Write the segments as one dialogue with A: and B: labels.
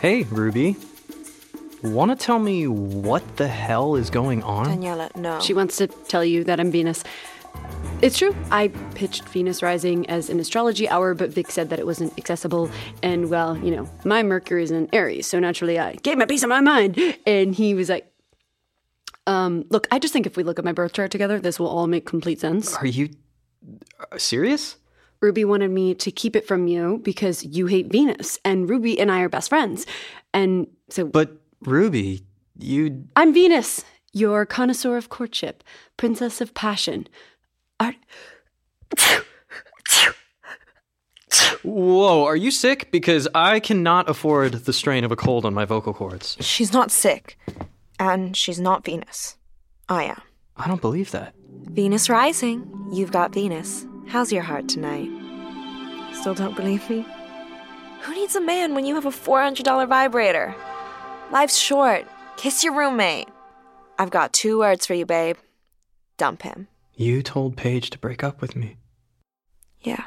A: Hey, Ruby. Wanna tell me what the hell is going on?
B: Daniela, no.
C: She wants to tell you that I'm Venus. It's true. I pitched Venus rising as an astrology hour, but Vic said that it wasn't accessible. And well, you know, my Mercury is in Aries, so naturally I gave him a piece of my mind. And he was like, um, look, I just think if we look at my birth chart together, this will all make complete sense.
A: Are you uh, serious?
C: Ruby wanted me to keep it from you because you hate Venus, and Ruby and I are best friends. And so
A: But, Ruby, you.
C: I'm Venus, your connoisseur of courtship, princess of passion. Art-
A: Whoa, are you sick? Because I cannot afford the strain of a cold on my vocal cords.
B: She's not sick. And she's not Venus. I am.
A: I don't believe that.
B: Venus rising. You've got Venus. How's your heart tonight? Still don't believe me? Who needs a man when you have a $400 vibrator? Life's short. Kiss your roommate. I've got two words for you, babe. Dump him.
A: You told Paige to break up with me.
B: Yeah.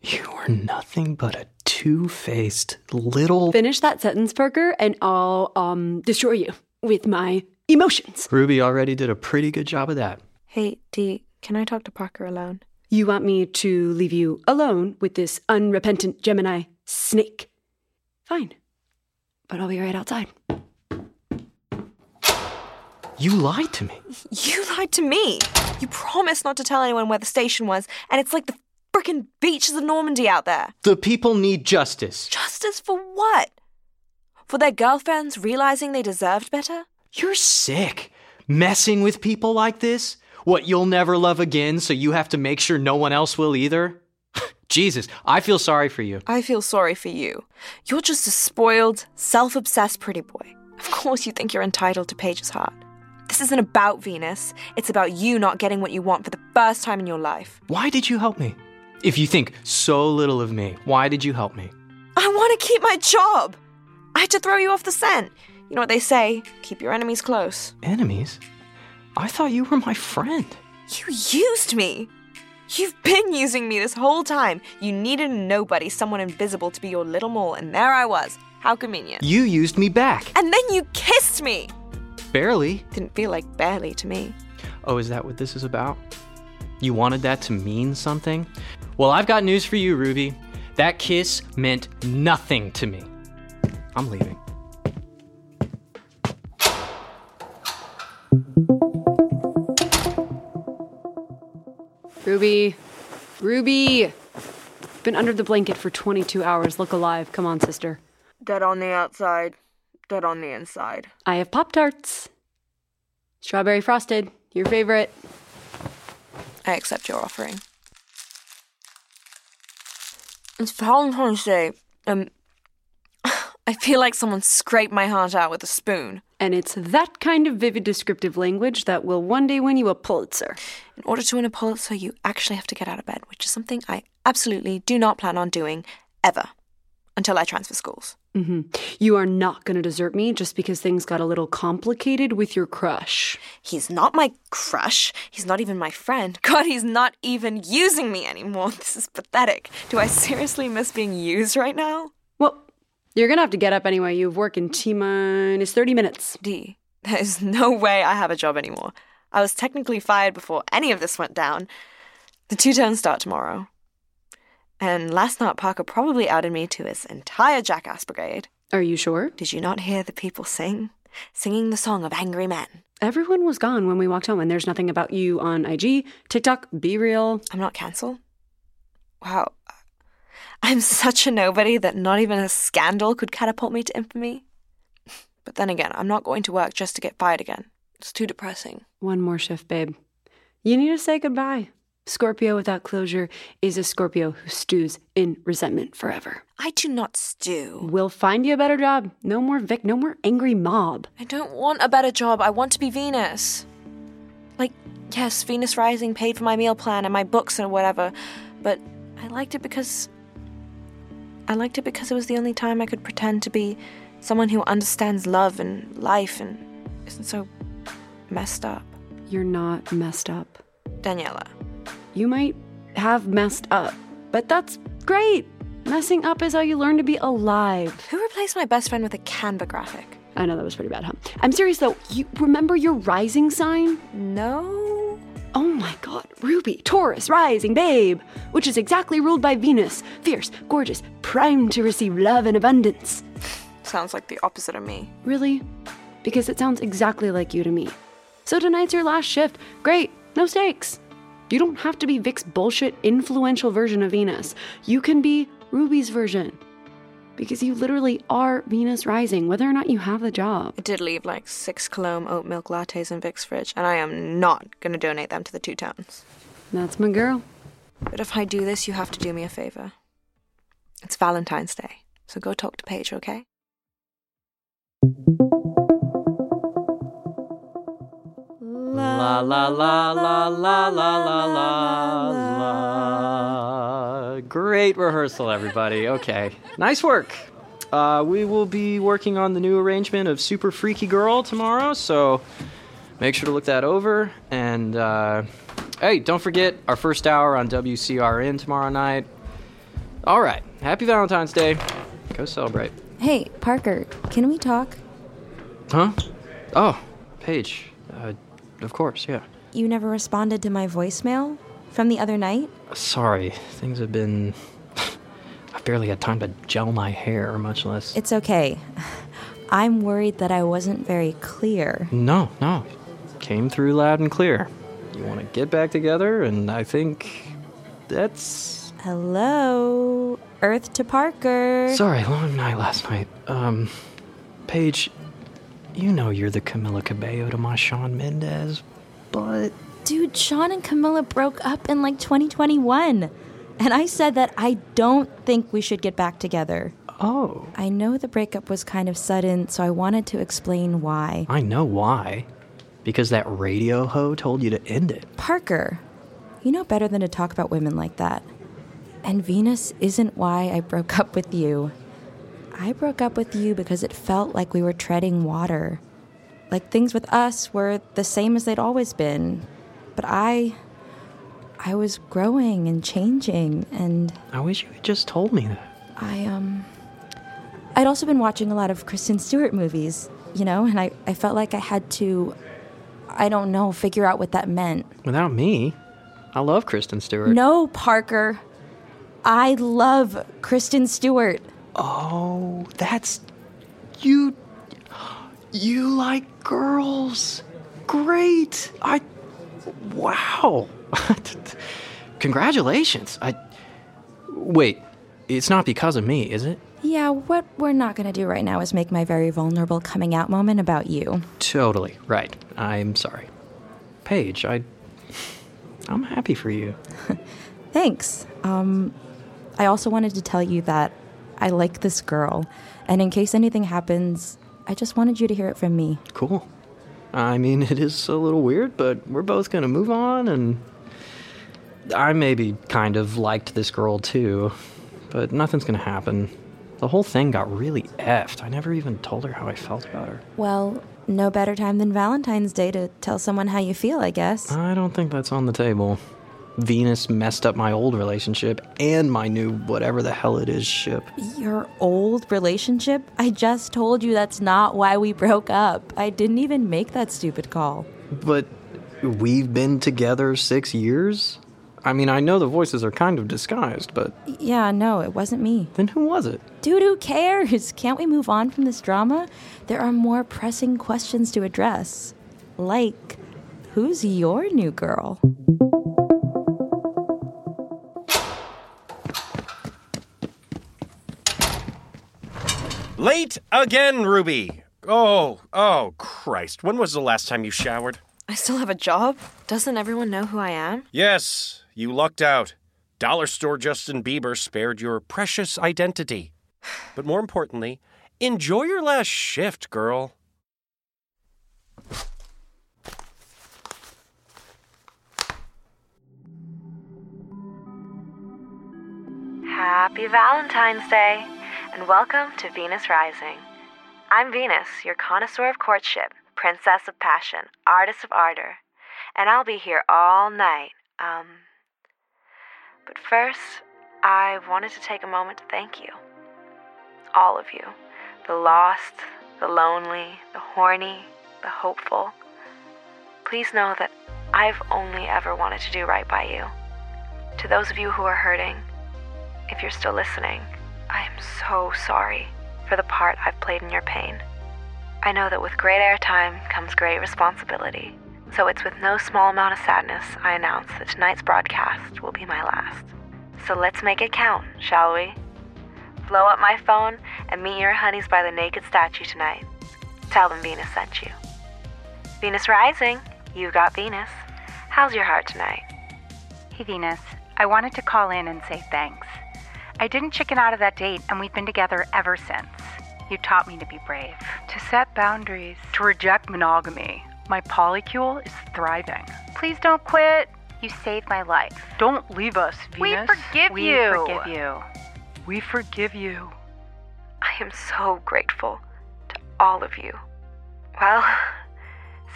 A: You are nothing but a two faced little.
C: Finish that sentence, Parker, and I'll um destroy you with my emotions.
A: Ruby already did a pretty good job of that.
B: Hey, Dee, can I talk to Parker alone?
C: You want me to leave you alone with this unrepentant Gemini snake? Fine. But I'll be right outside.
A: You lied to me.
B: You lied to me. You promised not to tell anyone where the station was, and it's like the frickin' beaches of Normandy out there.
A: The people need justice.
B: Justice for what? For their girlfriends realizing they deserved better?
A: You're sick. Messing with people like this? What, you'll never love again, so you have to make sure no one else will either? Jesus, I feel sorry for you.
B: I feel sorry for you. You're just a spoiled, self obsessed pretty boy. Of course, you think you're entitled to Paige's heart. This isn't about Venus, it's about you not getting what you want for the first time in your life.
A: Why did you help me? If you think so little of me, why did you help me?
B: I want to keep my job! I had to throw you off the scent. You know what they say keep your enemies close.
A: Enemies? I thought you were my friend.
B: You used me! You've been using me this whole time. You needed a nobody, someone invisible to be your little mole, and there I was. How convenient.
A: You used me back.
B: And then you kissed me!
A: Barely.
B: Didn't feel like barely to me.
A: Oh, is that what this is about? You wanted that to mean something? Well, I've got news for you, Ruby. That kiss meant nothing to me. I'm leaving.
C: Ruby. Ruby. Been under the blanket for 22 hours. Look alive. Come on, sister.
D: Dead on the outside, dead on the inside.
C: I have Pop Tarts. Strawberry frosted. Your favorite.
B: I accept your offering.
D: It's Valentine's Day.
B: Um, I feel like someone scraped my heart out with a spoon.
C: And it's that kind of vivid descriptive language that will one day win you a Pulitzer.
B: In order to win a Pulitzer, you actually have to get out of bed, which is something I absolutely do not plan on doing ever until I transfer schools.
C: hmm You are not going to desert me just because things got a little complicated with your crush.
B: He's not my crush. He's not even my friend. God, he's not even using me anymore. This is pathetic. Do I seriously miss being used right now?
C: Well, you're going to have to get up anyway. You have work in T minus 30 minutes.
B: D, there is no way I have a job anymore. I was technically fired before any of this went down. The two turns start tomorrow. And last night, Parker probably outed me to his entire jackass brigade.
C: Are you sure?
B: Did you not hear the people sing? Singing the song of angry men.
C: Everyone was gone when we walked home, and there's nothing about you on IG, TikTok, Be Real.
B: I'm not cancel. Wow. I'm such a nobody that not even a scandal could catapult me to infamy. But then again, I'm not going to work just to get fired again. It's too depressing.
C: One more shift, babe. You need to say goodbye. Scorpio without closure is a Scorpio who stews in resentment forever.
B: I do not stew.
C: We'll find you a better job. No more Vic, no more angry mob.
B: I don't want a better job. I want to be Venus. Like, yes, Venus Rising paid for my meal plan and my books and whatever, but I liked it because. I liked it because it was the only time I could pretend to be someone who understands love and life and isn't so messed up.
C: You're not messed up.
B: Daniela,
C: You might have messed up, but that's great. Messing up is how you learn to be alive.
B: Who replaced my best friend with a Canva graphic?
C: I know that was pretty bad, huh? I'm serious though. You remember your rising sign?
B: No.
C: Oh my god, Ruby, Taurus, rising, babe, which is exactly ruled by Venus. Fierce, gorgeous, primed to receive love and abundance.
B: Sounds like the opposite of me.
C: Really? Because it sounds exactly like you to me. So tonight's your last shift. Great, no stakes. You don't have to be Vic's bullshit influential version of Venus. You can be Ruby's version. Because you literally are Venus rising, whether or not you have the job.
B: I did leave like six Cologne oat milk lattes in Vic's fridge, and I am not going to donate them to the two towns.
C: That's my girl.
B: But if I do this, you have to do me a favor. It's Valentine's Day, so go talk to Paige, okay?
A: La la la la la la la la la. Uh, Great rehearsal, everybody. Okay, nice work. Uh, we will be working on the new arrangement of Super Freaky Girl tomorrow, so make sure to look that over. And uh, hey, don't forget our first hour on WCRN tomorrow night. All right, happy Valentine's Day. Go celebrate.
E: Hey, Parker, can we talk?
A: Huh? Oh, Paige. Uh, of course, yeah.
E: You never responded to my voicemail from the other night?
A: Sorry, things have been. I barely had time to gel my hair, much less.
E: It's okay. I'm worried that I wasn't very clear.
A: No, no. Came through loud and clear. You want to get back together, and I think that's.
E: Hello, Earth to Parker.
A: Sorry, long night last night. Um, Paige, you know you're the Camila Cabello to my Sean Mendez, but
E: Dude, Sean and Camilla broke up in like 2021. And I said that I don't think we should get back together.
A: oh,
E: I know the breakup was kind of sudden, so I wanted to explain why.
A: I know why. Because that radio hoe told you to end it.
E: Parker, you know better than to talk about women like that. And Venus isn't why I broke up with you. I broke up with you because it felt like we were treading water. Like things with us were the same as they'd always been. But I. I was growing and changing, and
A: I wish you had just told me that.
E: I, um. I'd also been watching a lot of Kristen Stewart movies, you know, and I, I felt like I had to. I don't know, figure out what that meant.
A: Without me, I love Kristen Stewart.
E: No, Parker. I love Kristen Stewart.
A: Oh, that's you. You like girls. Great. I. Wow. Congratulations. I. Wait, it's not because of me, is it?
E: Yeah, what we're not going to do right now is make my very vulnerable coming out moment about you.
A: Totally. Right. I'm sorry. Paige, I. I'm happy for you.
E: Thanks. Um, I also wanted to tell you that I like this girl, and in case anything happens, I just wanted you to hear it from me.
A: Cool. I mean, it is a little weird, but we're both going to move on, and I maybe kind of liked this girl too, but nothing's going to happen. The whole thing got really effed. I never even told her how I felt about her.
E: Well, no better time than Valentine's Day to tell someone how you feel, I guess.
A: I don't think that's on the table. Venus messed up my old relationship and my new whatever the hell it is ship.
E: Your old relationship? I just told you that's not why we broke up. I didn't even make that stupid call.
A: But we've been together six years? I mean, I know the voices are kind of disguised, but
E: Yeah, no, it wasn't me.
A: then who was it?
E: Dude, who cares? Can't we move on from this drama? There are more pressing questions to address. Like, who's your new girl?
F: Late again, Ruby. Oh, oh, Christ. When was the last time you showered?
B: I still have a job? Doesn't everyone know who I am?
F: Yes, you lucked out. Dollar store Justin Bieber spared your precious identity. But more importantly, enjoy your last shift, girl.
G: Happy Valentine's Day, and welcome to Venus Rising. I'm Venus, your connoisseur of courtship, princess of passion, artist of ardor, and I'll be here all night. Um, but first,
B: I wanted to take a moment to thank you. All of you the lost, the lonely, the horny, the hopeful. Please know that I've only ever wanted to do right by you. To those of you who are hurting, if you're still listening, I am so sorry for the part I've played in your pain. I know that with great airtime comes great responsibility, so it's with no small amount of sadness I announce that tonight's broadcast will be my last. So let's make it count, shall we? Blow up my phone and meet your honeys by the naked statue tonight. Tell them Venus sent you. Venus rising, you got Venus. How's your heart tonight?
H: Hey, Venus. I wanted to call in and say thanks. I didn't chicken out of that date, and we've been together ever since. You taught me to be brave, to set boundaries, to reject monogamy. My polycule is thriving. Please don't quit.
I: You saved my life.
H: Don't leave us,
I: We
H: Venus.
I: forgive you.
H: We forgive you. We forgive you.
B: I am so grateful to all of you. Well,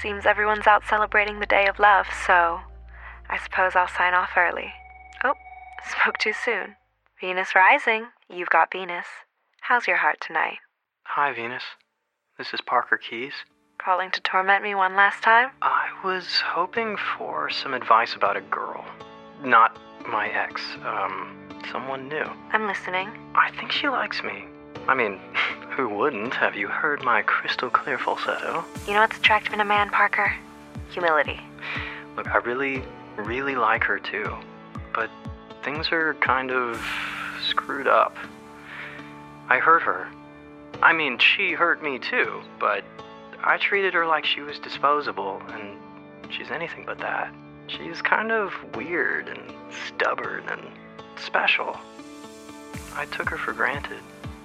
B: seems everyone's out celebrating the day of love, so I suppose I'll sign off early. Oh, spoke too soon. Venus rising, you've got Venus. How's your heart tonight?
J: Hi, Venus. This is Parker Keys.
B: Calling to torment me one last time?
J: I was hoping for some advice about a girl. Not my ex, um, someone new.
B: I'm listening.
J: I think she likes me. I mean, who wouldn't? Have you heard my crystal clear falsetto?
B: You know what's attractive in a man, Parker? Humility.
J: Look, I really, really like her too. But things are kind of screwed up. I hurt her. I mean, she hurt me too, but I treated her like she was disposable, and she's anything but that. She's kind of weird and stubborn and special. I took her for granted.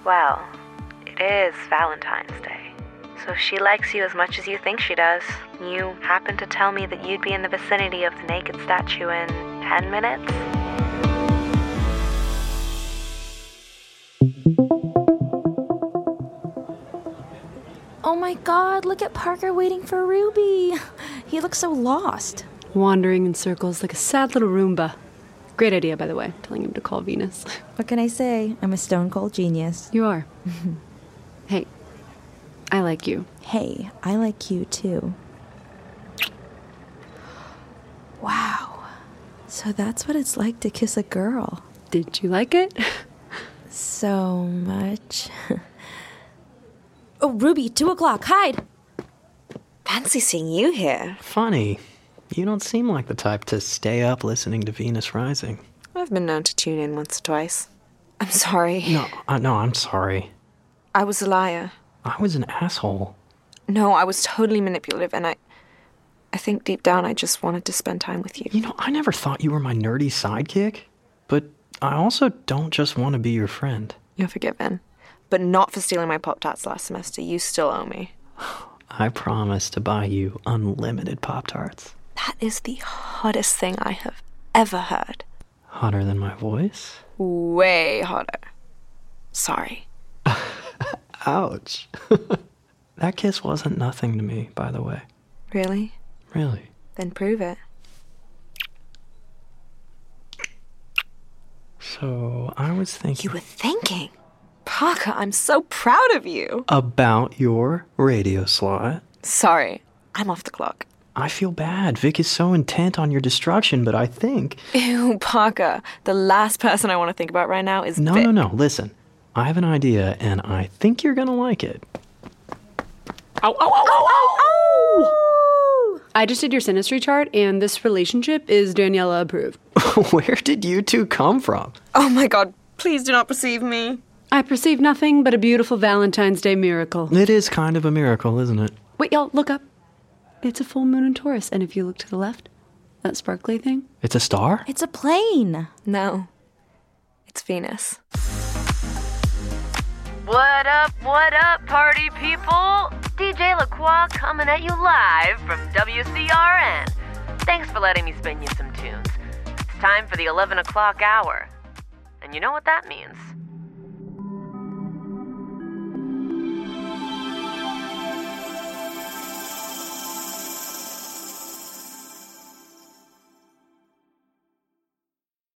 B: Well, it is Valentine's Day. So if she likes you as much as you think she does, you happen to tell me that you'd be in the vicinity of the naked statue in 10 minutes?
E: Oh my god, look at Parker waiting for Ruby. He looks so lost.
C: Wandering in circles like a sad little Roomba. Great idea, by the way, telling him to call Venus.
E: What can I say? I'm a stone cold genius.
C: You are. hey, I like you.
E: Hey, I like you too. Wow. So that's what it's like to kiss a girl.
C: Did you like it?
E: So much. oh, Ruby, two o'clock. Hide.
K: Fancy seeing you here.
A: Funny. You don't seem like the type to stay up listening to Venus Rising.
K: I've been known to tune in once or twice. I'm sorry.
A: No, uh, no, I'm sorry.
K: I was a liar.
A: I was an asshole.
K: No, I was totally manipulative, and I. I think deep down I just wanted to spend time with you.
A: You know, I never thought you were my nerdy sidekick, but I also don't just want to be your friend.
K: You're forgiven. But not for stealing my Pop Tarts last semester. You still owe me.
A: I promise to buy you unlimited Pop Tarts.
K: That is the hottest thing I have ever heard.
A: Hotter than my voice?
K: Way hotter. Sorry.
A: Ouch. that kiss wasn't nothing to me, by the way.
K: Really?
A: Really?
K: Then prove it.
A: So I was thinking
K: You were thinking. Parker, I'm so proud of you.
A: about your radio slot.
K: Sorry, I'm off the clock.
A: I feel bad. Vic is so intent on your destruction, but I think.
K: Ew, Parker. The last person I want to think about right now is
A: No,
K: Vic.
A: no, no. Listen, I have an idea, and I think you're going to like it.
K: Ow, ow, ow, ow, ow,
C: I just did your sinistry chart, and this relationship is Daniela approved.
A: Where did you two come from?
K: Oh my god, please do not perceive me.
C: I perceive nothing but a beautiful Valentine's Day miracle.
A: It is kind of a miracle, isn't it?
C: Wait, y'all, look up. It's a full moon in Taurus, and if you look to the left, that sparkly thing.
A: It's a star?
E: It's a plane.
K: No. It's Venus.
I: What up, what up, party people? DJ LaCroix coming at you live from WCRN. Thanks for letting me spin you some tunes. It's time for the 11 o'clock hour. And you know what that means?